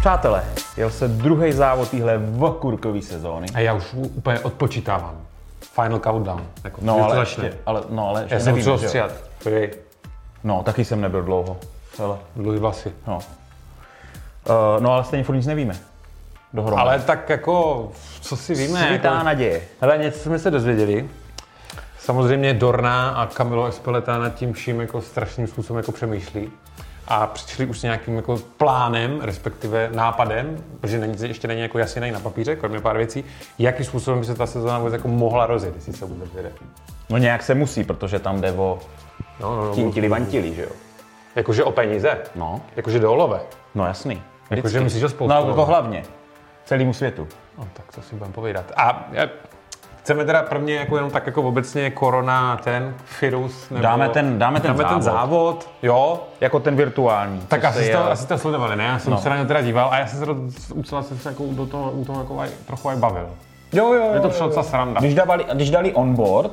Přátelé, jel se druhý závod téhle vokurkový sezóny. A já už úplně odpočítávám. Final countdown. Jako, kdy No to ale, začne. ještě, ale, no, ale ještě Já jsem nevíme, musel že jo. stříhat. Podívej, No, taky jsem nebyl dlouho. Hele, dluhy vlasy. no. Uh, no ale stejně furt nic nevíme. Dohromady. Ale tak jako, co si víme? Svítá Jako, naděje. hele, něco jsme se dozvěděli. Samozřejmě Dorna a Camilo Espeleta nad tím vším jako strašným způsobem jako přemýšlí a přišli už s nějakým jako plánem, respektive nápadem, protože není, ještě není jako jasně na papíře, kromě pár věcí, jakým způsobem by se ta sezóna vůbec jako mohla rozjet, jestli se vůbec jede. No nějak se musí, protože tam jde o No, no, no, tintili vantili, že jo? Jakože o peníze. No. Jakože do olove. No jasný. Jakože Vždycky. myslíš, Jako, že spoustu. No jako hlavně. Celému světu. No, tak to si budeme povídat. A e, chceme teda prvně jako jenom tak jako obecně korona, ten virus, nebo... Dáme ten- dáme ten dáme ten závod. Jo, Jako ten virtuální. tak co asi se jste, jel. asi jste sledovali, ne? Já jsem no. se na ně teda díval a já jsem se do- docela jsem se jako do toho, u toho jako aj, trochu aj bavil. Jo, jo, Je jo. to přišlo docela sranda. Když, dávali, když dali onboard,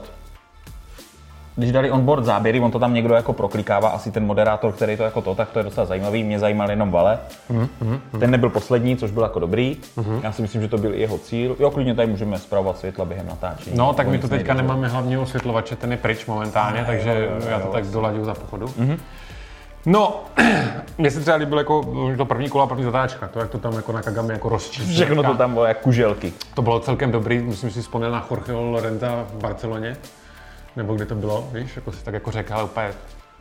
když dali onboard záběry, on to tam někdo jako proklikává, asi ten moderátor, který to jako to, tak to je docela zajímavý, mě zajímal jenom Vale. Ten nebyl poslední, což byl jako dobrý. Já si myslím, že to byl i jeho cíl. Jo, klidně tady můžeme zpravovat světla během natáčení. No, tak my nic tu teďka nejde, že? nemáme hlavně osvětlovače, ten je pryč momentálně, takže já to tak doladím za pochodu. Mhm. No, mně se třeba líbilo jako to první kolo a první zatáčka, to jak to tam jako na Kagami jako rozčíslo. Všechno to tam bylo jak kuželky. To bylo celkem dobrý, musím si vzpomněl na Jorgeho Lorenta v Barceloně, nebo kde to bylo, víš, jako si tak jako řekl, ale úplně,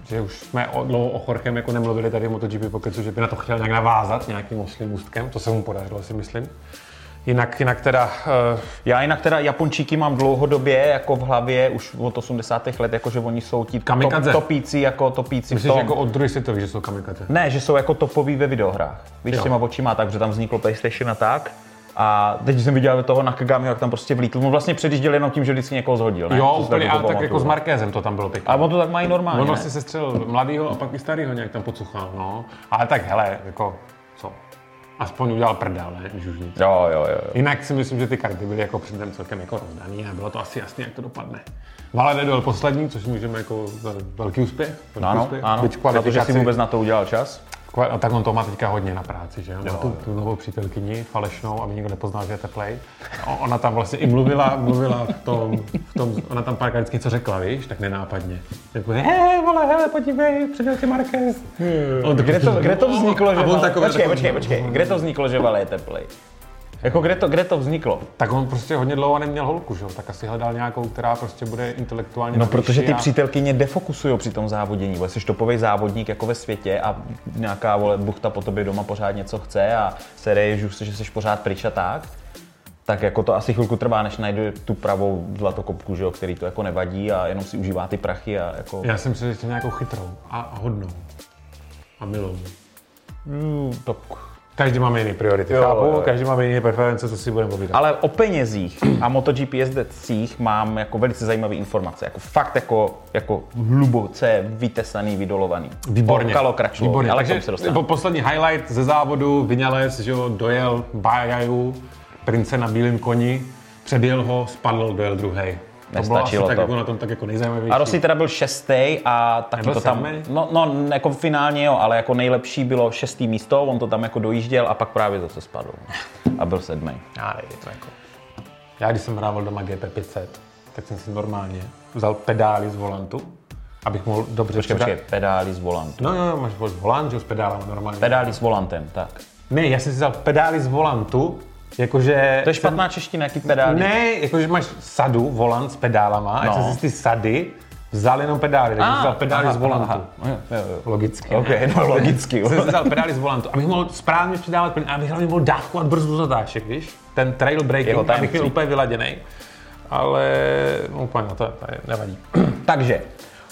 že už jsme o, dlouho o Jorgem jako nemluvili tady o MotoGP pokecu, že by na to chtěl nějak navázat nějakým oslým ústkem, to se mu podařilo, si myslím. Jinak, jinak teda, eh, Já jinak teda Japončíky mám dlouhodobě jako v hlavě už od 80. let, jako že oni jsou ti top, Kamikadze. topící, jako topící myslím, v tom. že jako od druhé světové, že jsou kamikaze. Ne, že jsou jako topoví ve videohrách. Víš, Jo. s těma očima, tak, protože tam vzniklo PlayStation a tak. A teď jsem viděl toho Nakagamiho, jak tam prostě vlítl. On vlastně předjížděl jenom tím, že vždycky někoho zhodil, ne? Jo, Co si úplně, jako ale tak pamatuju. jako s Markézem to tam bylo pěkné. Ale on to tak mají normálně, On ne? vlastně sestřelil mladýho a pak i starýho nějak tam pocuchal, no. Ale tak hele, jako, co? Aspoň udělal prdel, ne? Když už nic. Jo, jo, jo. jo. Jinak si myslím, že ty karty byly jako předem celkem jako rozdaný a bylo to asi jasné, jak to dopadne. Valede byl poslední, což můžeme jako za velký úspěch. Velký No, ano, úspěch. ano. Byť Za to, že si kvalifikaci- vůbec na to udělal čas. kva- A tak on to má teďka hodně na práci, že jo? Má tu, jo. tu novou přítelkyni, falešnou, aby nikdo nepoznal, že je teplej. O- Ona tam vlastně i mluvila, mluvila v tom, v tom ona tam párkrát vždycky co řekla, víš, tak nenápadně. Jako, hej, vole, hele, podívej, předěl tě Marquez. On Kde to, kde to vzniklo, že Hmm. A on Vale- takové, počkej, takové, počkej, počkej. Kde to vzniklo, že Vale je teplej? Jako kde to, kde to vzniklo? Tak on prostě hodně dlouho neměl holku, že jo? Tak asi hledal nějakou, která prostě bude intelektuálně No, na výši protože ty a- přítelkyně defokusují při tom závodění. Jsi topový závodník jako ve světě a nějaká vole, buchta po tobě doma pořád něco chce a sere, že, jsi- že jsi pořád pryč a tak. Tak jako to asi chvilku trvá, než najde tu pravou zlatokopku, že jo, který to jako nevadí a jenom si užívá ty prachy a jako... Já jsem si chtěl nějakou chytrou a a hodnou. A milou. Mm, tak. Každý máme jiný priority, jo, chápu? jo. Jo. Každý máme jiné preference, co si budeme povídat. Ale o penězích a MotoGP jezdecích mám jako velice zajímavé informace. Jako fakt jako, jako hluboce vytesaný, vydolovaný. Výborně. Kalokračlo, Výborně. ale k tomu Takže se dostaneme. po poslední highlight ze závodu, Vinales, že jo, dojel Bajaju, prince na bílém koni, předjel ho, spadl, dojel druhý. To bylo asi Nestačilo tak to. jako na tom tak jako nejzajímavější. A Rossi teda byl šestý a taky Nebyl to tam, sedmý? no, no jako finálně jo, ale jako nejlepší bylo šestý místo, on to tam jako dojížděl a pak právě zase spadl a byl sedmý. Já nevím, to jako. Já když jsem hrával doma GP500, tak jsem si normálně vzal pedály z volantu, abych mohl dobře Počkej, počkej, pedály z volantu. No, no, no, máš volant, že jo, s pedálama normálně. Pedály s volantem, tak. Ne, já jsem si vzal pedály z volantu, jakože... To je špatná čeština, jaký pedály? Ne, jakože máš sadu, volant s pedálama, no. a já No. jsem si z ty sady vzal jenom pedály, takže Ah, jsem vzal pedály aha, z volantu. aha, aha. Jo, jo, jo. Logicky. Ok, no logicky. jo. Jsem si vzal pedály z volantu, abych mohl správně přidávat plyn, abych hlavně mohl dávkovat brzdu zatáček, víš? Ten trail Jeho braking, tam abych byl chci. úplně vyladěný. Ale no, úplně, no, to, to je- nevadí. Takže,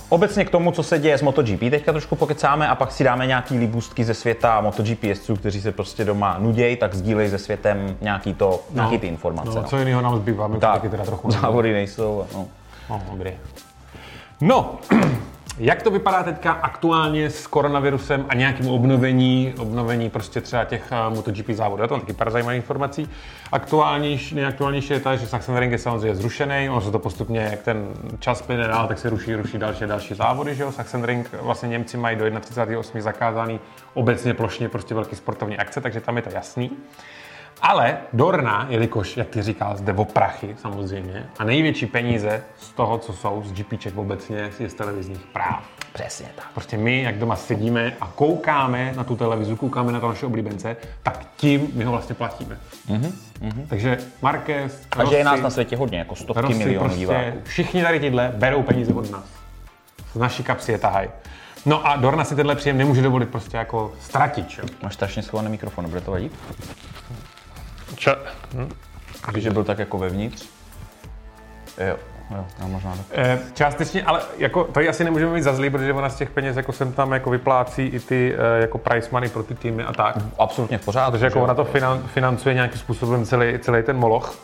obecně k tomu, co se děje s MotoGP, teďka trošku pokecáme a pak si dáme nějaký líbůstky ze světa MotoGP jezdců, kteří se prostě doma nudějí, tak sdílej se světem nějaký, to, nějaký ty informace. No, no. co jiného nám zbývá, my to Tak. taky teda trochu... Závody nejsou. No. No, dobrý. No, Jak to vypadá teďka aktuálně s koronavirusem a nějakým obnovení, obnovení prostě třeba těch eh, MotoGP závodů? Já tam taky pár zajímavých informací. Aktuálnější, nejaktuálnější je ta, že Sachsen Ring je samozřejmě zrušený, on se to postupně, jak ten čas plyne dál, tak se ruší, ruší další a další závody, že jo? Sachsen Ring, vlastně Němci mají do 31.8. zakázaný obecně plošně prostě velký sportovní akce, takže tam je to jasný. Ale Dorna, jelikož, jak ty říkal, zde o prachy samozřejmě, a největší peníze z toho, co jsou z GPček obecně, je z televizních práv. Přesně tak. Prostě my, jak doma sedíme a koukáme na tu televizi, koukáme na to naše oblíbence, tak tím my ho vlastně platíme. Mm-hmm, mm-hmm. Takže Marquez, Mhm, A že je nás Rossi, na světě hodně, jako stovky Rossi milionů prostě, diváků. Všichni tady tyhle berou peníze od nás. Z naší kapsy je tahají. No a Dorna si tenhle příjem nemůže dovolit prostě jako ztratit, že jo? Máš strašně schovaný mikrofon, bude to vadit? Ča- Když byl tak jako vevnitř. Jo, jo, no, možná tak. Eh, Částečně, ale jako, to ji asi nemůžeme mít za zlý, protože ona z těch peněz jako sem tam jako vyplácí i ty eh, jako price money pro ty týmy a tak. Absolutně v pořádku. Protože jako Mhm. že jo. ona to finan, financuje nějakým způsobem celý, celý ten moloch.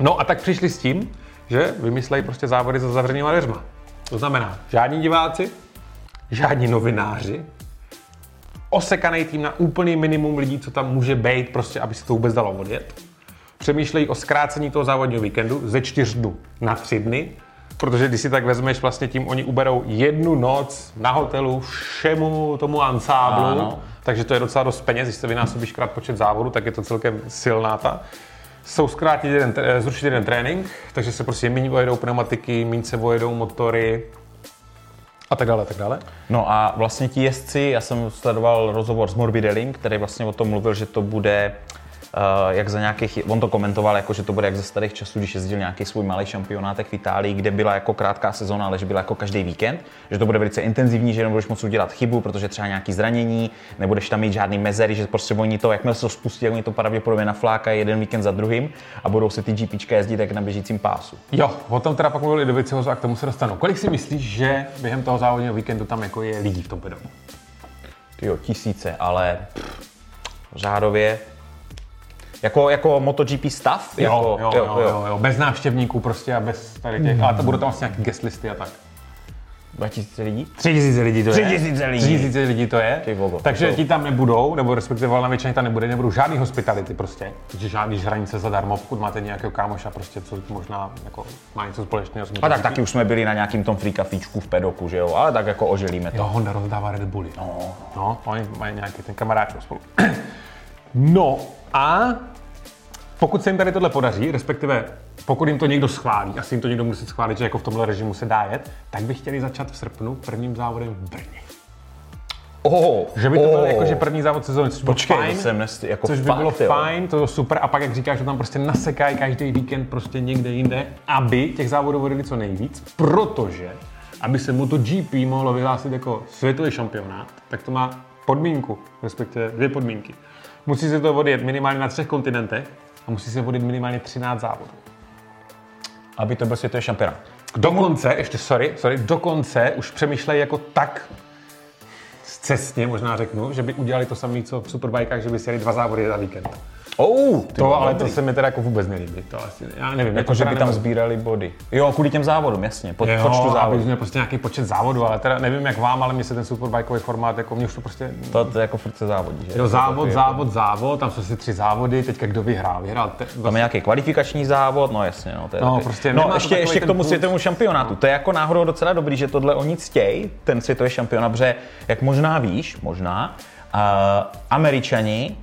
No a tak přišli s tím, že vymyslejí prostě závody za zavřenýma dveřma. To znamená, žádní diváci, žádní novináři, osekaný tým na úplný minimum lidí, co tam může být, prostě aby se to vůbec dalo odjet. Přemýšlejí o zkrácení toho závodního víkendu ze čtyř dnů na tři dny, protože když si tak vezmeš, vlastně tím oni uberou jednu noc na hotelu všemu tomu ansáblu, Ano. takže to je docela dost peněz, když se vynásobíš krát počet závodů, tak je to celkem silná ta. Jsou zkrátit jeden, tr- eh, zrušit jeden trénink, takže se prostě méně vojedou pneumatiky, méně se vojedou motory a tak dále, a tak dále. No a vlastně ti jezdci, já jsem sledoval rozhovor s Morbidelim, který vlastně o tom mluvil, že to bude eh, jak za nějakých, on to komentoval, jako, že to bude jak ze starých časů, když jezdil nějaký svůj malý šampionátek v Itálii, kde byla jako krátká sezóna, ale že byla jako každý víkend, že to bude velice intenzivní, že nebudeš moc udělat chybu, protože třeba nějaký zranění, nebudeš tam mít žádný mezery, že prostě oni to, jakmile se to spustí, jak oni to pravděpodobně naflákají jeden víkend za druhým a budou si ty GPčka jezdit jak na běžícím pásu. Jo, o tom teda pak mluvili do Viciozo a k tomu se dostanu. Kolik si myslíš, že během toho závodního víkendu tam jako je lidí v tom pedomu? Tyjo, tisíce, ale pff, řádově. Jako, jako MotoGP stav? jako, jo, jo, jo, jo, bez návštěvníků prostě a bez tady těch, ale to budou tam vlastně nějaký guest listy a tak. 2000 lidí? Tři tisíce lidí to Tři je. tisíce lidí. Tři tisíce lidí to je. Ty vogo, Takže to- ti tam nebudou, nebo respektive valná většina jich tam nebude, nebudou žádný hospitality prostě. Takže žádný žranice zadarmo, pokud máte nějakého kámoša prostě, co možná jako má něco společného s A tak taky už jsme byli na nějakým tom free kafíčku v pedoku, že jo? Ale tak jako ožilíme to. Jo, Honda rozdává Red Bulli. No. No, oni mají nějaký ten kamaráčů spolu. No a pokud se jim tady tohle podaří, respektive pokud jim to někdo schválí, asi jim to někdo musí schválit, že jako v tomhle režimu se dá jet, tak by chtěli začát v srpnu prvním závodem v Brně. Oh, Že by to byl jako, že první závod sezóny, což by bylo Počkej, fajn, to jsem nest, jako což by fakt, bylo jo. fajn, to bylo super. A pak, jak říkáš, že tam prostě nasekají každý víkend prostě někde jinde, aby těch závodů vodili co nejvíc, protože aby se MotoGP mohlo vyhlásit jako světový šampionát, tak to má podmínku, respektive dvě podmínky. Musí se to odjet minimálně na třech kontinentech a musí se odjet minimálně 13 závodů. Aby to byl světový šampionát. Dokonce, ještě sorry, sorry, dokonce už přemýšlejí jako tak cestně možná řeknu, že by udělali to samé, co v Superbikách, že by si jeli dva závody za víkend. Oh, ty To, vole, ale to dobrý. se mi teda jako vůbec nelíbí. To asi, já nevím. Jako, že teda by tam nevím. sbírali body. Jo, kvůli těm závodům, jasně. Po, Jo, počtu aby závodů. měl prostě nějaký počet závodů, ale teda nevím jak vám, ale mně se ten superbikeový formát, jako mě už to prostě... To, to je jako furt se závodí, že? Jo, To závod, je- závod, závod, tam jsou si tři závody, teďka kdo vyhrál, vyhrál te, vlastně Tam je nějaký kvalifikační závod, no jasně, no, to je No, taky- prostě nemá no to ještě, takový ještě k ten tomu puls. světovému šampionátu. To je jako náhodou docela dobrý, že tohle oni ctějí, ten světový šampionát, protože jak možná víš, možná, uh, američani,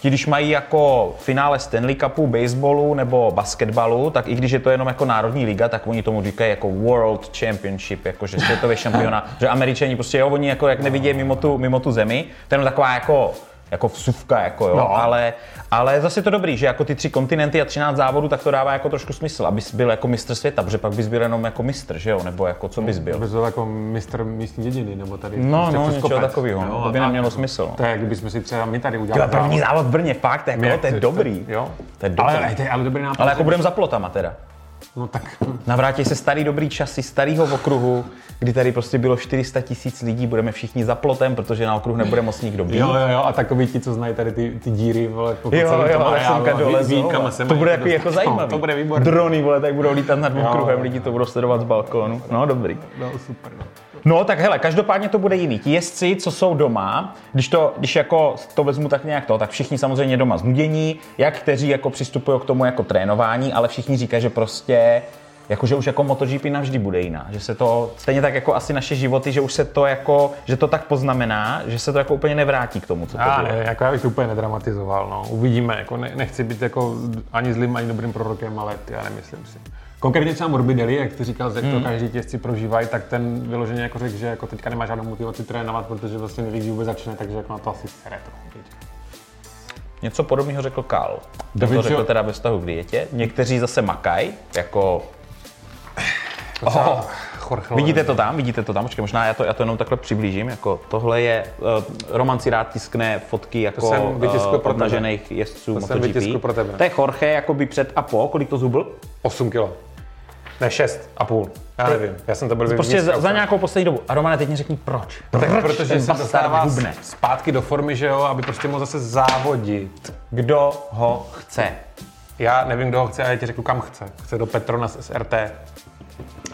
ti když mají jako finále Stanley Cupu, baseballu nebo basketbalu, tak i když je to jenom jako národní liga, tak oni tomu říkají jako World Championship, jakože světový šampionát. že američani prostě jo, oni jako jak nevidí mimo tu, mimo tu zemi, to je jenom taková jako jako vsuvka, jako jo, No. no. ale, ale zase je to dobrý, že jako ty tři kontinenty a 13 závodů, tak to dává jako trošku smysl, abys byl jako mistr světa, protože pak bys byl jenom jako mistr, že jo, nebo jako co bys byl. Aby byl jako mistr místní dědiny, nebo tady... No, prostě no, přes něčeho kopec. takovýho, no, to by a- nemělo smysl, no. To je, jak kdybychom si třeba my tady Tyhle, udělali... první závod. závod v Brně, fakt, jako, no, My to je jak- dobrý. Jo. To je dobrý. Ale, ale, ale dobrý nápad. Ale jako že- budeme za plotama teda. No tak, Navrátí se starý dobrý časy starého okruhu, kdy tady prostě bylo 400 tisíc lidí, budeme všichni za plotem, protože na okruh nebude moc nikdo být. jo, jo, jo, a takový ti, co znají tady ty, ty díry, vole, po po Jo, celém jo, tom ale areálu semka a ví- ví, dolezou. kam se To mají bude jako, dostat. jako zajímavý. No, to bude výborný. Drony, vole, tak budou lítat nad okruhem, jo. lidi to budou sledovat z balkónu. No, dobrý. No, super, no. No tak hele, každopádně to bude jiný. Ti jezdci, co jsou doma, když to, když jako to vezmu tak nějak to, tak všichni samozřejmě doma znudění, jak kteří jako přistupují k tomu jako trénování, ale všichni říkají, že prostě jako, že už jako MotoGP navždy bude jiná, že se to, stejně tak jako asi naše životy, že už se to jako, že to tak poznamená, že se to jako úplně nevrátí k tomu, co to Já bylo. ne, jako já bych to úplně nedramatizoval, no. Uvidíme, jako ne, nechci být jako ani zlým, ani dobrým prorokem, ale ty, já nemyslím si. Konkrétně třeba Morbidelli, jak ty říkal, jak to každý těžci prožívají, tak ten vyloženě jako řekl, že jako teďka nemá žádnou motivaci trénovat, protože vlastně neví, kdy vůbec začne, takže jako na to asi sere trochu. teď. Něco podobného řekl Kal. Ten to David řekl Jo- teda ve vztahu k dietě. Někteří zase makaj, jako To třeba Jorge Vidíte to tam, vidíte to tam, počkej, možná já to, já to jenom takhle přiblížím, jako tohle je, uh, Roman si rád tiskne fotky jako jsem vytiskl eh, pro tebe. obnažených jezdců To jsem MotoGP. vytiskl pro tebe. To je Jorge jakoby před a po, kolik to zubl? 8 kilo. Ne, 6 a půl. Já nevím, já jsem to byl Prostě za, za nějakou poslední dobu. A Romane, teď mi řekni proč. Proč tak, protože ten se bastard dostává hubne? zpátky do formy, že jo, aby prostě mohl zase závodit. Kdo ho chce? Já nevím, kdo ho chce, ale já ti řeknu, kam chce. Chce do Petrona z SRT.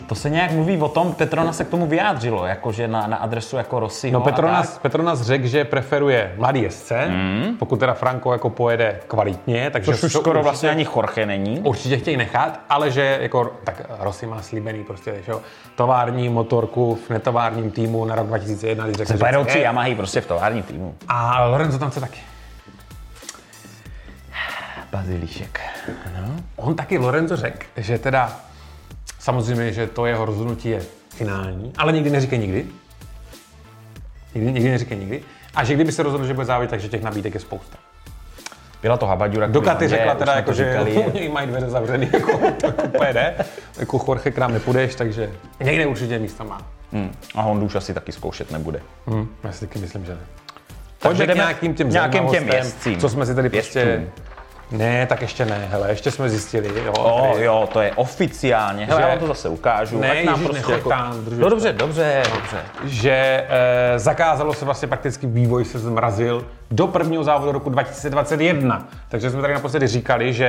To se nějak mluví o tom, Petrona se k tomu vyjádřilo, jakože na, na adresu jako Rossiho No, a tak. Petronas, Petronas řekl, že preferuje mladý jezdce, pokud teda Franco jako pojede kvalitně, takže Což už to skoro určitě- vlastně ani Jorge není. Určitě chtějí nechat, ale že jako, tak Rossi má slíbený prostě, že jo, tovární motorku v netovárním týmu na rok 2001, když řekl, že Vedoucí chce. E. Yamahy prostě v továrním týmu. A Lorenzo tam chce taky. Bazilíšek. On taky Lorenzo řekl, že teda samozřejmě, že to jeho rozhodnutí je finální, ale nikdy neříkej nikdy. Nikdy, nikdy neříkej nikdy. A že kdyby se rozhodl, že bude závět, takže těch nabídek je spousta. Byla to habaďura. kvůli Doka ty Honze, řekla už teda, jsme jako, to že říkali. u něj mají dveře zavřený, jako to kupé ne. Jako Jorge k nám nepůjdeš, takže někde určitě místa má. Hmm. A Hondu už asi taky zkoušet nebude. Hm, já si taky myslím, že ne. Pojďme k jdeme nějakým těm nějakým těm zajímavostem, jezdcím. co jsme si tady prostě... Jezdcům. Ne, tak ještě ne, hele, ještě jsme zjistili, jo. O, tady- jo, to je oficiálně. Hele, Že- já vám to zase ukážu. Ne, Ať nám Ježíš, nechoď tam, držíš No dobře, dobře, dobře. že e, zakázalo se vlastně prakticky vývoj se zmrazil do prvního závodu roku 2021. Takže jsme tady naposledy říkali, že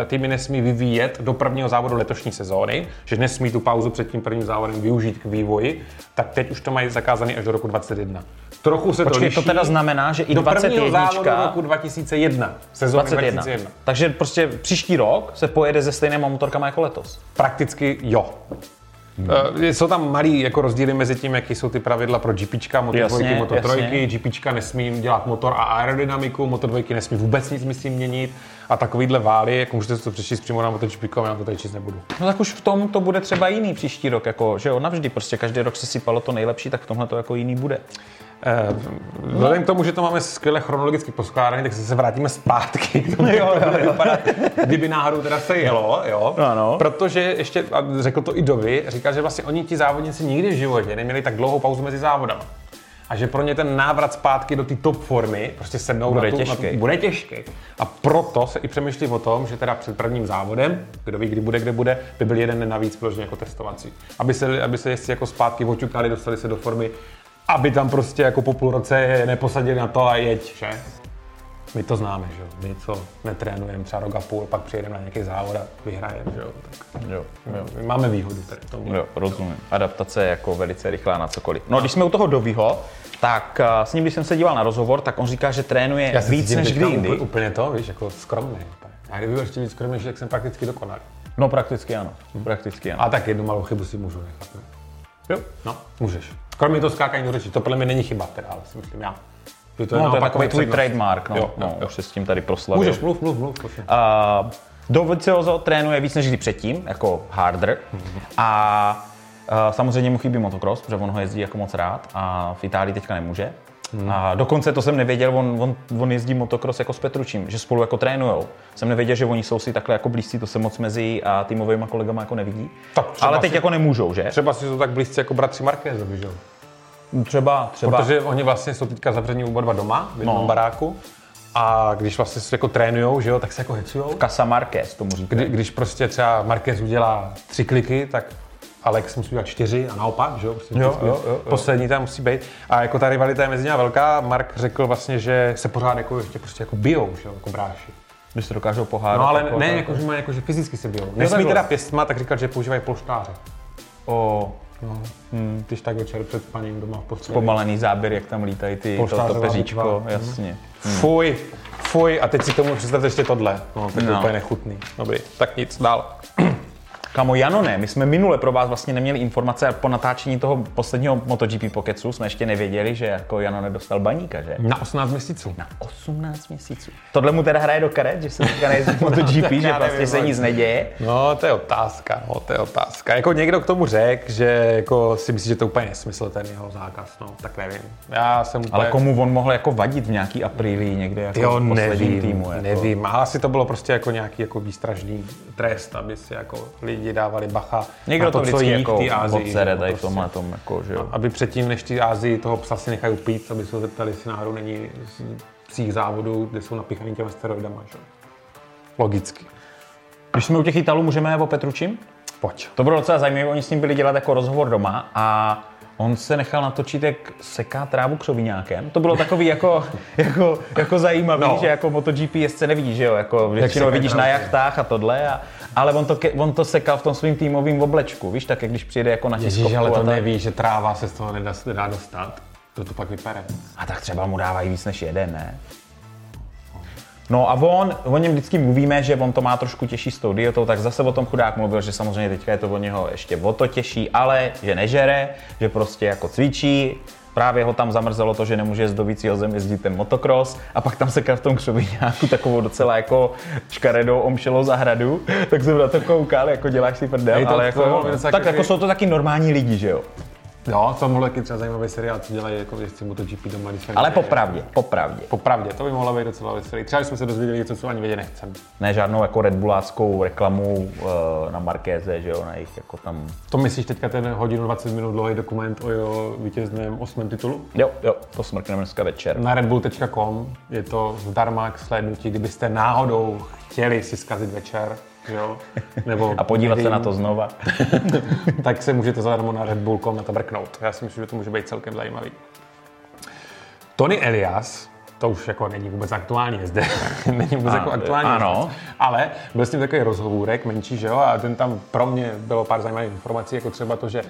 e, týmy nesmí vyvíjet do prvního závodu letošní sezóny, že nesmí tu pauzu před tím prvním závodem využít k vývoji, tak teď už to mají zakázané až do roku 2021. Trochu se to Počkej, liší. to teda znamená, že i do prvního 21. závodu roku 2001. Sezóny 21. 2021. Takže prostě příští rok se pojede se stejnýma motorkama jako letos. Prakticky jo. Hmm. Eh, Jsou tam malý jako rozdíly mezi tím, jaký jsou ty pravidla pro GPčka, Moto2, Jasně, Moto3. jasně. GPčka nesmí dělat motor a aerodynamiku, Moto2 nesmí vůbec nic myslím měnit a takovýhle vály, jako můžete si to přečíst přímo na MotoGP, já to tady číst nebudu. No tak už v tom to bude třeba jiný příští rok, jako, že jo, navždy prostě každý rok se sypalo to nejlepší, tak v tomhle to jako jiný bude. Eh, Vzhledem k tomu, že to máme skvěle chronologicky poskládané, tak se se vrátíme zpátky k tomu, Jo, jak to jo, bude jo. vypadat, kdyby náhodou teda se jelo, jo. Ano. Protože ještě, a řekl to i Dovi, říkal, že vlastně oni ti závodníci nikdy v životě neměli tak dlouhou pauzu mezi závodama. A že pro ně ten návrat zpátky do té top formy prostě sednou Bude na tu, Na těžký. tu, bude těžký. A proto se i přemýšlí o tom, že teda před prvním závodem, kdo ví, kdy bude, kde bude, by byl jeden den navíc vyloženě jako testovací. Aby se, aby se jezdci jako zpátky oťukali, dostali se do formy, aby tam prostě jako po půl roce je neposadili na to a jeď, že? My to známe, že jo? My co netrénujeme třeba rok a půl, pak přijedeme na nějaký závod a vyhrajeme, že jo? Tak, Jo, jo. My máme výhodu tady v tom. Jo, rozumím. Adaptace je jako velice rychlá na cokoliv. No, když jsme u toho Dovího, tak eh, s ním, když jsem se díval na rozhovor, tak on říká, že trénuje Já se víc cítím než teďka kdy jindy. úplně- Úplně to, víš, jako skromný. A kdyby byl ještě víc skromnější, tak jsem prakticky dokonalý. No, prakticky ano. Prakticky ano. A tak jednu malou chybu si můžu nechat. ne? Jo. No, můžeš. Kromě toho skákání do řeči, to podle mě není chyba, teda, ale si myslím já. Že to je No, to je naopak takový tvůj přednost. trademark, no, Jo, jo, no jo, jo. už se s tím tady proslavil. Můžeš, mluv, mluv, mluv. prosím. Uh, Dovizioso trénuje víc než kdy předtím, jako harder. A eh, samozřejmě mu chybí motocross, protože on ho jezdí jako moc rád a v Itálii teďka nemůže. A dokonce to jsem nevěděl, on, on, on jezdí motocross jako s Petručím, že spolu jako trénujou. Jsem nevěděl, že oni jsou si takhle jako blízcí, to se moc mezi a týmovými kolegama jako nevidí. Tak třeba Ale teď si- jako nemůžou, že? Třeba si jsou tak blízci jako bratři Markézovi, že jo? Třeba, třeba. Protože oni vlastně jsou teďka zavření oba dva doma, v jednom No. baráku. A když vlastně se jako trénujou, že jo, tak se jako hecujou. Casa Marquez tomu říká. Kdy, když prostě třeba Marquez udělá tři kliky, tak Alex musí udělat čtyři a naopak, že jo? Prostě Jo, vždycky jo, jo, jo. Poslední tam musí být. A jako ta rivalita je mezi nimi velká. Mark řekl vlastně, že se pořád jako ještě prostě jako bijou, že jo, jako bráši. Když se dokážou pohádat. No ale jako- ne, jako, že, mají, jako, že fyzicky se bijou. Nesmí takhle. teda pěstma, tak říkal, že používají ploštáře. O No. Hmm. Když tak večer před spaním doma v posteli. pomalený záběr, jak tam lítají ty, to, to Polštářová peříčko, bitva. jasně. Fuj, fuj, a teď si k tomu představte ještě tohle. No, tak no. No. úplně nechutný. Dobrý, tak nic, dál. Kamo, Jano ne, my jsme minule pro vás vlastně neměli informace a po natáčení toho posledního MotoGP Pokecu jsme ještě nevěděli, že jako Jano nedostal baníka, že? Na 18 měsíců. Na 18 měsíců. Tohle mu teda hraje do karet, že se teďka nejezdí v MotoGP, že No, já vlastně nevím, se ale- nic neděje. No, to je otázka, no, to je otázka. Jako někdo k tomu řekl, že jako si myslí, že to je úplně nesmysl ten jeho zákaz, no, tak nevím. Já jsem úplně... Ale komu on mohl jako vadit v nějaký aprílí někde jako Jo, v posledním nevím, týmu. Jako. nevím. Ale asi to bylo prostě jako nějaký jako výstražný trest, aby si jako lidi dávali bacha Někdo na to, to, co vždycky jí v jako té Ázii. odsere nebo tady v prostě. tomhle tom, jako, že jo. Aby předtím, než ty Ázii toho psa si nechají upít, aby se ho zeptali, jestli náhodou není z psích závodů, kde jsou napichaný těma steroidama, že? jo. Logicky. Když jsme u těch Italů, můžeme o Petručim? Pojď. To bylo docela zajímavé, oni s ním byli dělat jako rozhovor doma a on se nechal natočit, jak seká trávu křovinákem. To bylo takový jako, jako, jako zajímavý, No. no. že jako MotoGP jezdce nevidí, že jo, jako většinou seká vidíš na trávu. jachtách a tohle, a, ale on to, ke- on to sekal v tom svým týmovým oblečku, víš, tak jak když přijede jako na tiskovku Ježíš, ale a, to tak. neví, že tráva se z toho nedá, nedá dostat. To to pak vypere. a tak třeba mu dávají víc než jeden, ne? No a on, o něm vždycky mluvíme, že on to má trošku těžší s tou dietou, tak zase o tom chudák mluvil, že samozřejmě teďka je to o něho ještě o to těžší, ale že nežere, že prostě jako cvičí, právě ho tam zamrzelo to, že nemůže z dovícího zem jezdit ten motocross a pak tam se v tom křoviňáku takovou docela jako škaredou omšelou zahradu, tak jsem na to koukal, jako děláš si prdel, Hej, to- ale to jako, bylo docela tak takový- jako jsou to taky normální lidi, že jo? Jo, to mohl taky třeba zajímavý seriál, co dělají jako jezdci MotoGP doma, když se Ale nedají. popravdě, popravdě. Popravdě, to by mohla být docela veselý. Třeba že jsme se dozvěděli něco, co ani vědět nechcem. Ne žádnou jako Red Bulláckou reklamu eh, na Markéze, že jo, na jejich jako tam To myslíš teďka ten hodinu 20 minut dlouhý dokument o jeho vítězném osmém titulu? Jo, jo, to smrkneme dneska večer. Na redbull.com je to zdarma k slednutí, kdybyste náhodou chtěli si zkazit večer, že jo? Nebo A podívat se nevím, na to znova. tak se můžete zadarmo na redbull.com na to brknout. Já si myslím, že to může být celkem zajímavý. Tony Elias, to už jako není vůbec aktuální zde, není vůbec A- jako aktuální ano. jezdec, ale byl s ním takový rozhovůrek menší, že jo, a ten tam pro mě bylo pár zajímavých informací, jako třeba to, že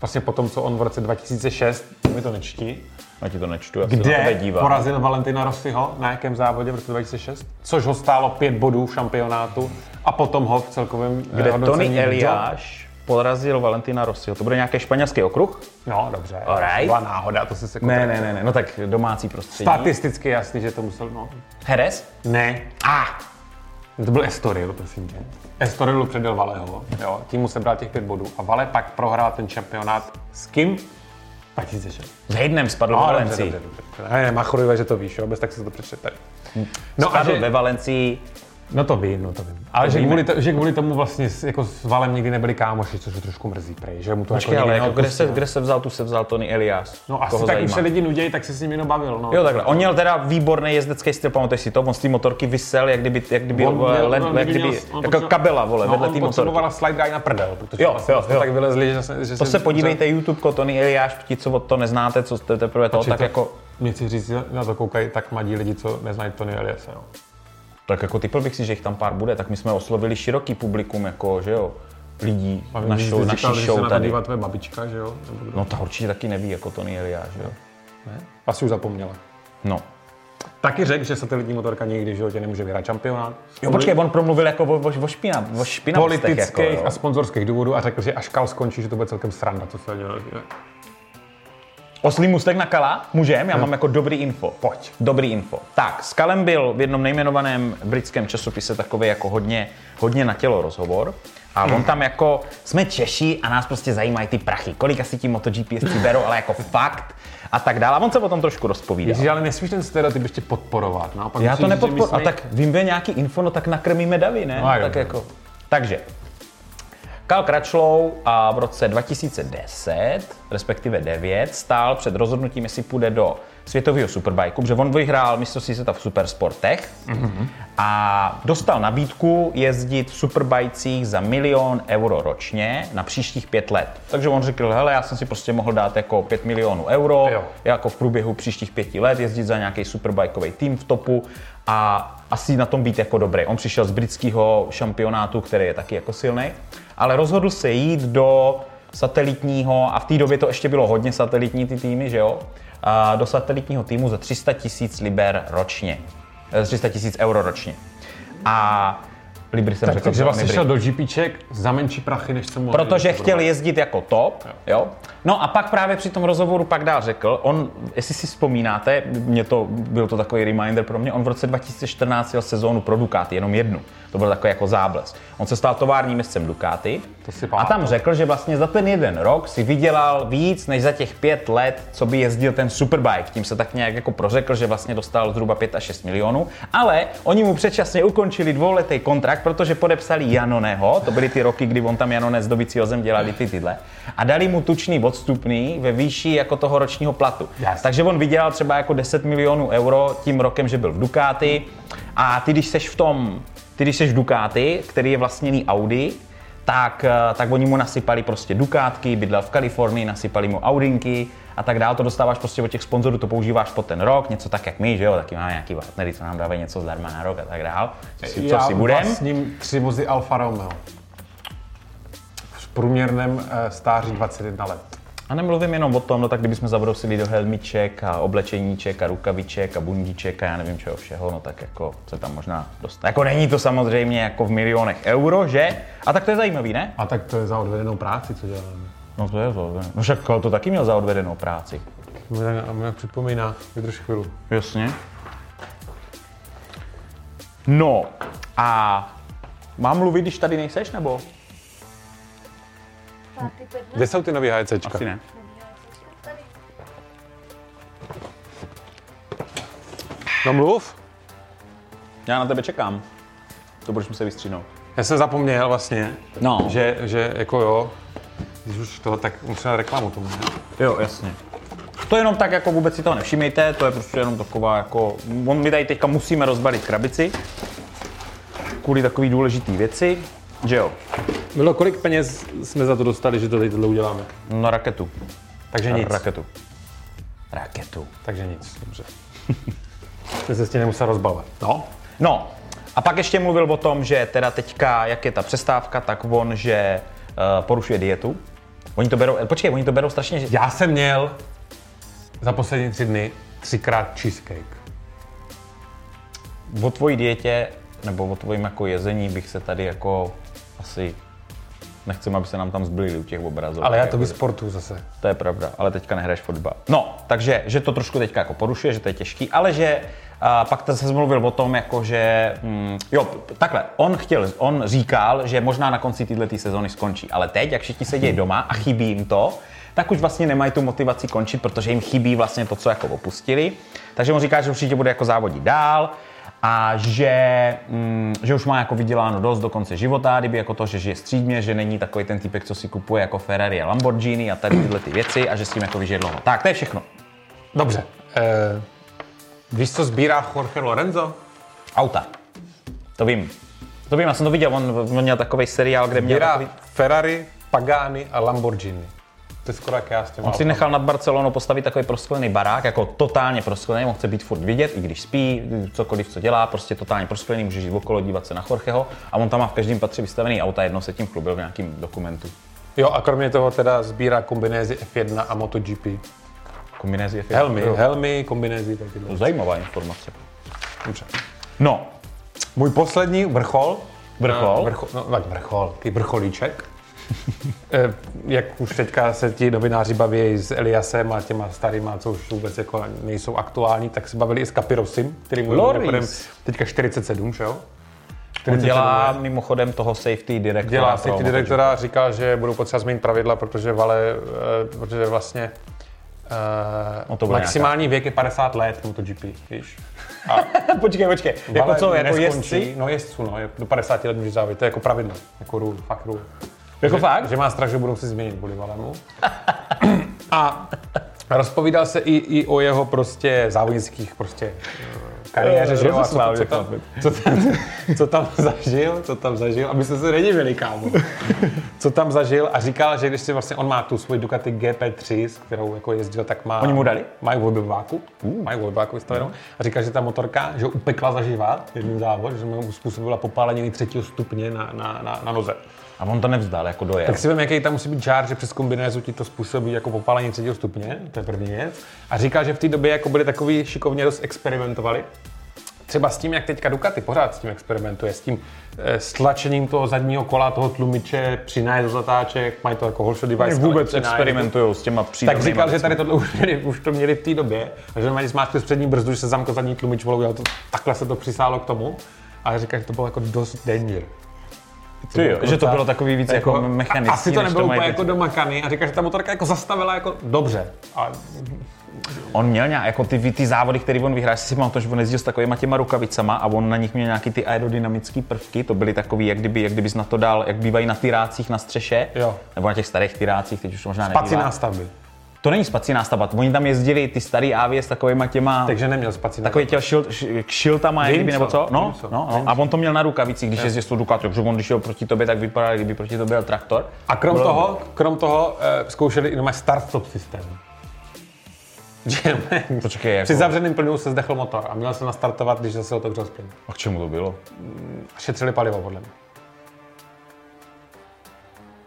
vlastně po tom, co on v roce 2006, to mi to nečtí, Já ti to nečtu, já se na tebe kde dívám. porazil Valentina Rossiho, na jakém závodě v roce 2006, což ho stálo pět bodů v šampionátu a potom ho v celkovém eh, Kde hodnocení Tony Joe- Eliáš porazil Valentina Rossiho. To bude nějaký španělský okruh? No, dobře. Alright. Byla náhoda, to se se ne, ne, ne. No tak domácí prostředí. Statisticky jasný, že to musel, no. Heres? Ne, A! To byl Estoril, prosím tě. Estorilu předal Valeho, jo, týmu sebral těch pět bodů a Vale pak prohrál ten šampionát s kým? 2006. S Hejdnem spadl ve Valencii. No, dobře. Ne, machrujeme, že to víš, jo, bez tak se to přečte tady. No a Spadl že, ve Valencii. no to vím, no to vím. Ale že víme. kvůli, to, že kvůli tomu vlastně s- jako s Valem nikdy nebyli kámoši, což ho trošku mrzí prej, že mu to Počkej, jako nikdy ale jako kde, neodpustil. se, kde se vzal, tu se vzal Tony Elias. No asi tak už se lidi nudějí, tak se s ním jenom bavil, no. Jo, takhle. On měl teda výborný jezdecký styl, pamatuješ si to? On z té motorky vysel, jak kdyby, jak kdyby, On měl- len, on jak kdyby kdyby měl- on jako potřeboval- kabela, vole, no, vedle on té motorky. potřebovala slide guy na prdel, protože Jo, vlastně jo, jsme jo. tak vylezli, že se, že To se podívejte, YouTube, Tony Eliáš, ti, co to neznáte, co jste teprve to, Či tak to- jako Mě chci říct, že na to koukají tak mladí lidi, co neznají Tony Eliasa. No. Tak jako typl bych si, že jich tam pár bude, tak my jsme oslovili široký publikum, jako, že jo, lidí A na vy jste show, naší říkal, že se show na to tady. dívá tvoje babička, že jo? Nebo kdo? No ta určitě taky neví, jako Tony Eliáš, že jo. Ne? Asi už zapomněla. No. Taky řekl, že satelitní motorka nikdy v životě nemůže vyhrát šampionát. Jo, počkej, on promluvil jako o, o, o špina, o špinavostech, jako, politických jo. a sponzorských důvodů a řekl, že až Kal skončí, že to bude celkem sranda, co se dělo. Oslý mustek na Kala? Můžem, já mám jako dobrý info. Pojď. Dobrý info. Tak, s Kalem byl v jednom nejmenovaném britském časopise takový jako hodně, hodně na tělo rozhovor. A on tam jako, jsme Češi a nás prostě zajímají ty prachy, kolik asi ti MotoGP jezdci berou, ale jako fakt a tak dále. A on se o tom trošku rozpovídá. Ježíš, ale nesmíš ten stereotyp ještě podporovat. Naopak Já to musíš říct, že No, my nepodporuji. jsme- A tak vím, že nějaký info, no tak nakrmíme davy, ne? No a jo. tak jako. Takže. Karl Kračlou a v roce 2010, respektive 9, stál před rozhodnutím, jestli půjde do světového superbajku, protože on vyhrál mistrovství světa v supersportech mm-hmm. Mhm. a dostal nabídku jezdit v superbajcích za milion euro ročně na příštích pět let. Takže on řekl, hele, já jsem si prostě mohl dát jako pět milionů euro, Jo. jako v průběhu příštích pěti let jezdit za nějaký superbajkový tým v topu a asi na tom být jako dobrý. On přišel z britského šampionátu, který je taky jako silný, ale rozhodl se jít do satelitního, a v té době to ještě bylo hodně satelitní ty týmy, že jo, a do satelitního týmu za 300 tisíc liber ročně. Eh, 300 tisíc euro ročně. A Libry jsem řekl, Takže že vlastně Libry. šel do GPček za menší prachy, než jsem mohl. Protože chtěl jezdit jako top, jo. No a pak právě při tom rozhovoru pak dál řekl, on, jestli si vzpomínáte, mě to, byl to takový reminder pro mě, on v roce 2014 jel sezónu pro Ducati, jenom jednu. To byl takový jako zábles. On se stal továrním městcem Ducati To si a pamatuju. tam řekl, že vlastně za ten jeden rok si vydělal víc než za těch pět let, co by jezdil ten superbike. Tím se tak nějak jako prořekl, že vlastně dostal zhruba 5 až 6 milionů, ale oni mu předčasně ukončili dvouletý kontrakt, protože podepsali Janoneho, to byly ty roky, kdy on tam Janone z dobycího zem dělali ty tyhle, a dali mu tučný odstupný ve výši jako toho ročního platu. Jasně. Takže on vydělal třeba jako 10 milionů euro tím rokem, že byl v Ducati a ty, když seš v tom, ty, když seš v Ducati, který je vlastněný Audi, tak, eh, tak oni mu nasypali prostě dukátky, bydlel v Kalifornii, nasypali mu audinky a tak dál. To dostáváš prostě od těch sponzorů, to používáš po ten rok, něco tak jak my, že jo, taky máme nějaký partnery, co nám dávají něco zdarma na rok a tak dál. Co si, co si budem? vlastním tři vozy Alfa Romeo. V průměrném eh, stáří 21 let. A nemluvím jenom o tom, no tak kdybychom zabrousili do helmiček a oblečeníček a rukaviček a bundiček a já nevím čeho všeho, no tak jako se tam možná dostane. Jako není to samozřejmě jako v milionech euro, že? A tak to je zajímavý, ne? A tak to je za odvedenou práci, co děláme. No to je to. No však to taky měl za odvedenou práci. A mě připomíná, vydrž chvíli. Jasně. No a mám mluvit, když tady nejseš, nebo? Pátý pět Kde jsou ty nový HCčka? ne. Tady. No mluv. Já na tebe čekám. To budeš muset vystřínout. Já jsem zapomněl vlastně, No. Že... že, že jako jo, když už to, tak musím reklamu tomu. ne? Jo, jasně. To jenom tak, jako vůbec si toho nevšimejte, to je prostě jenom taková jako... On, my tady teďka musíme rozbalit krabici. Kvůli takový důležitý věci. Že jo? Bylo kolik peněz jsme za to dostali, že to tady tohle uděláme? No raketu. Takže nic. Raketu. Raketu. Takže nic, dobře. Jste se s tím nemusel rozbavit. No. No, a pak ještě mluvil o tom, že teda teďka, jak je ta přestávka, tak on, že eh, porušuje dietu. Oni to berou, eh, počkej, oni to berou strašně, že... Já jsem měl za poslední tři dny třikrát cheesecake. O tvojí dietě, nebo o tvojím jako jezení bych se tady jako asi... Nechcem, aby se nám tam zbylili u těch obrazů. jako Ale já to sportu zase. To je pravda, ale teďka nehraješ fotbal. No, takže, že to trošku teďka jako porušuje, že to je těžký, ale že a pak to se zmluvil o tom, jako že, mm, jo, p- takhle, on chtěl, on říkal, že možná na konci této sezóny skončí, ale teď, jak všichni sedějí doma a chybí jim to, tak už vlastně nemají tu motivaci končit, protože jim chybí vlastně to, co jako opustili. Takže on říká, že určitě bude jako závodit dál, a že, mm, že už má jako vyděláno dost do konce života, kdyby jako to, že žije střídmě, že není takový ten typek, co si kupuje jako Ferrari a Lamborghini a tady tyhle ty věci a že s tím jako vyžije dlouho. Tak, to je všechno. Dobře. Eh, víš, co sbírá Jorge Lorenzo? Auta. To vím. To vím, já jsem to viděl, on, on měl takový seriál, kde měl Sbírá takový... Ferrari, Pagani a Lamborghini. To je skoro jak já s těma On si autama. nechal nad Barcelonou postavit takový prosklený barák, jako totálně prosklený, on chce být furt vidět, i když spí, cokoliv, co dělá, prostě totálně prosklený, může žít okolo, dívat se na Jorgeho a on tam má v každém patře vystavený auta, jedno se tím chlubil v nějakém dokumentu. Jo, a kromě toho teda sbírá kombinézy F1 a MotoGP. Kombinézy je Helmy, Jo. helmy, kombinézy taky. dole. Zajímavá informace. Dobře. No, Můj poslední vrchol. Vrchol? Eh, vrchol no, tak vrchol, ty vrcholíček. Eh, Jak už teďka se ti novináři baví s Eliasem a těma starýma, co už vůbec jako nejsou aktuální, tak se bavili i s Kapirosem, který mu je Loris. mimochodem teďka 47, že jo? on 47 dělá let. mimochodem toho safety direktora. Dělá pro safety MotoGP. direktora, říká, že budou potřeba změnit pravidla, protože vale, eh, protože vlastně eh, No to bude maximální věk je 50 let MotoGP, víš. počkej, počkej, jako Vale co, jako neskončí- jezdci? No jezdců, no, je- do 50 let může závět, to je jako pravidlo, jako rule, fakt rule. Jako že, fakt? Že má strach, že budou se změnit kvůli malému. A rozpovídal se i, i o jeho prostě závodnických prostě eh, kariéře, že jo, a co, rozeslávě, co, tam, chlapi. co, tam, co tam zažil, co tam zažil, aby se se nedivili, kámo. Co tam zažil a říkal, že když si vlastně on má tu svoji Ducati GP3, s kterou jako jezdil, tak má... Oni mu dali? Mají v obyváku, uh. mají v obyváku vystavenou. A říkal, že ta motorka, že ho upekla zaživa jedním závod, že mu způsobila popáleniny třetího stupně na, na, na, na noze. A on to nevzdal, jako dojel. Tak si vím, jaký tam musí být žár, že přes kombinézu ti to způsobí jako popálení třetího stupně, to je první věc. A říkal, že v té době jako byli takový šikovně dost experimentovali. Třeba s tím, jak teďka Ducati pořád s tím experimentuje, s tím eh, stlačením toho zadního kola, toho tlumiče, přinaje do zatáček, mají to jako holšo device. ale Vůbec přinaje. experimentujou s těma přírodnými Tak říkal, že tady tohle už, měli, už to měli v té době, a že mají smáčku z přední brzdu, že se zamkl zadní tlumič, volou, já to, takhle se to přisálo k tomu. Ale říkal, že to bylo jako dost danger. Ty jo, že to bylo takový víc jako, mechanický. Asi to než nebylo mají úplně teď. jako domakaný a říká, že ta motorka jako zastavila jako dobře. A On měl nějak, jako ty, ty závody, které on vyhrál, si mám to, že on jezdil s takovýma těma rukavicama a on na nich měl nějaký ty aerodynamické prvky, to byly takový, jak kdyby, jak kdyby jsi na to dal, jak bývají na tyrácích na střeše, Jo. nebo na těch starých tyrácích, teď už to možná spací nebývá. nástavby. To není spací nástavba, oni tam jezdili ty starý AV s takovýma těma, Takže... Takže neměl spací nástavby. takový těl šilt, š- kšiltama, jak Vím kdyby, co, nebo co? No, vím co, no, vím no, a on to měl na rukavicích, když jezdil s tou Ducati, takže on když šel proti tobě, tak vypadal, kdyby proti tobě byl traktor. A krom Bylo- toho, krom toho eh, zkoušeli i normálně start-stop systém. Že Počkej, jako, při zavřeném plynu se zdechl motor a měl se nastartovat, když zase otevřel plyn. a k čemu to bylo? A šetřili palivo, podle mě.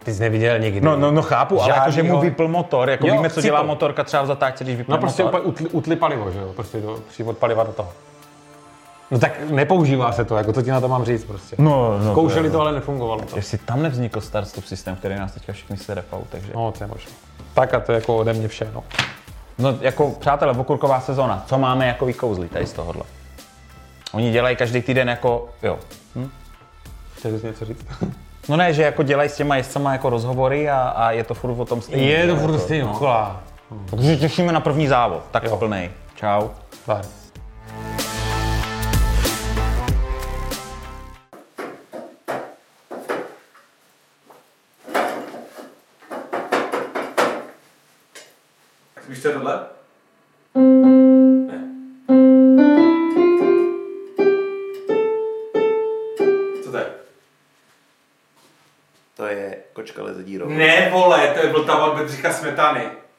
Ty jsi neviděl nikdy. No, no, no chápu, ale Žádnýho- jako, že mu vypl motor, jako Jo, víme, co chci dělá to. motorka třeba v zatáčce, když vypne No prostě motor. úplně utli, utli palivo, že jo? Prostě do, přímo od paliva do toho. No tak nepoužívá se to, jako to ti na to mám říct prostě. No, no, Zkoušeli to, ale nefungovalo to. Jestli tam nevznikl start-stop systém, který nás teďka všichni se repou, takže... No, to je možné. Tak a to je jako ode mě vše, no. No jako přátelé, okurková sezóna, co máme jako vykouzlí tady z tohohle? Oni dělají každý týden jako, jo. Chceš něco říct? No ne, že jako dělají s těma jezdcama jako rozhovory a, a je to furt o tom stejný. Je to jako- furt stejně no. okolá. Takže těšíme na první závod, tak Jo. plnej. Čau. Fajn. Víš, co je tohle? Ne. Co to je? To je kočka leze dírou. Ne, vole, to je vltava od Bedřicha Smetany.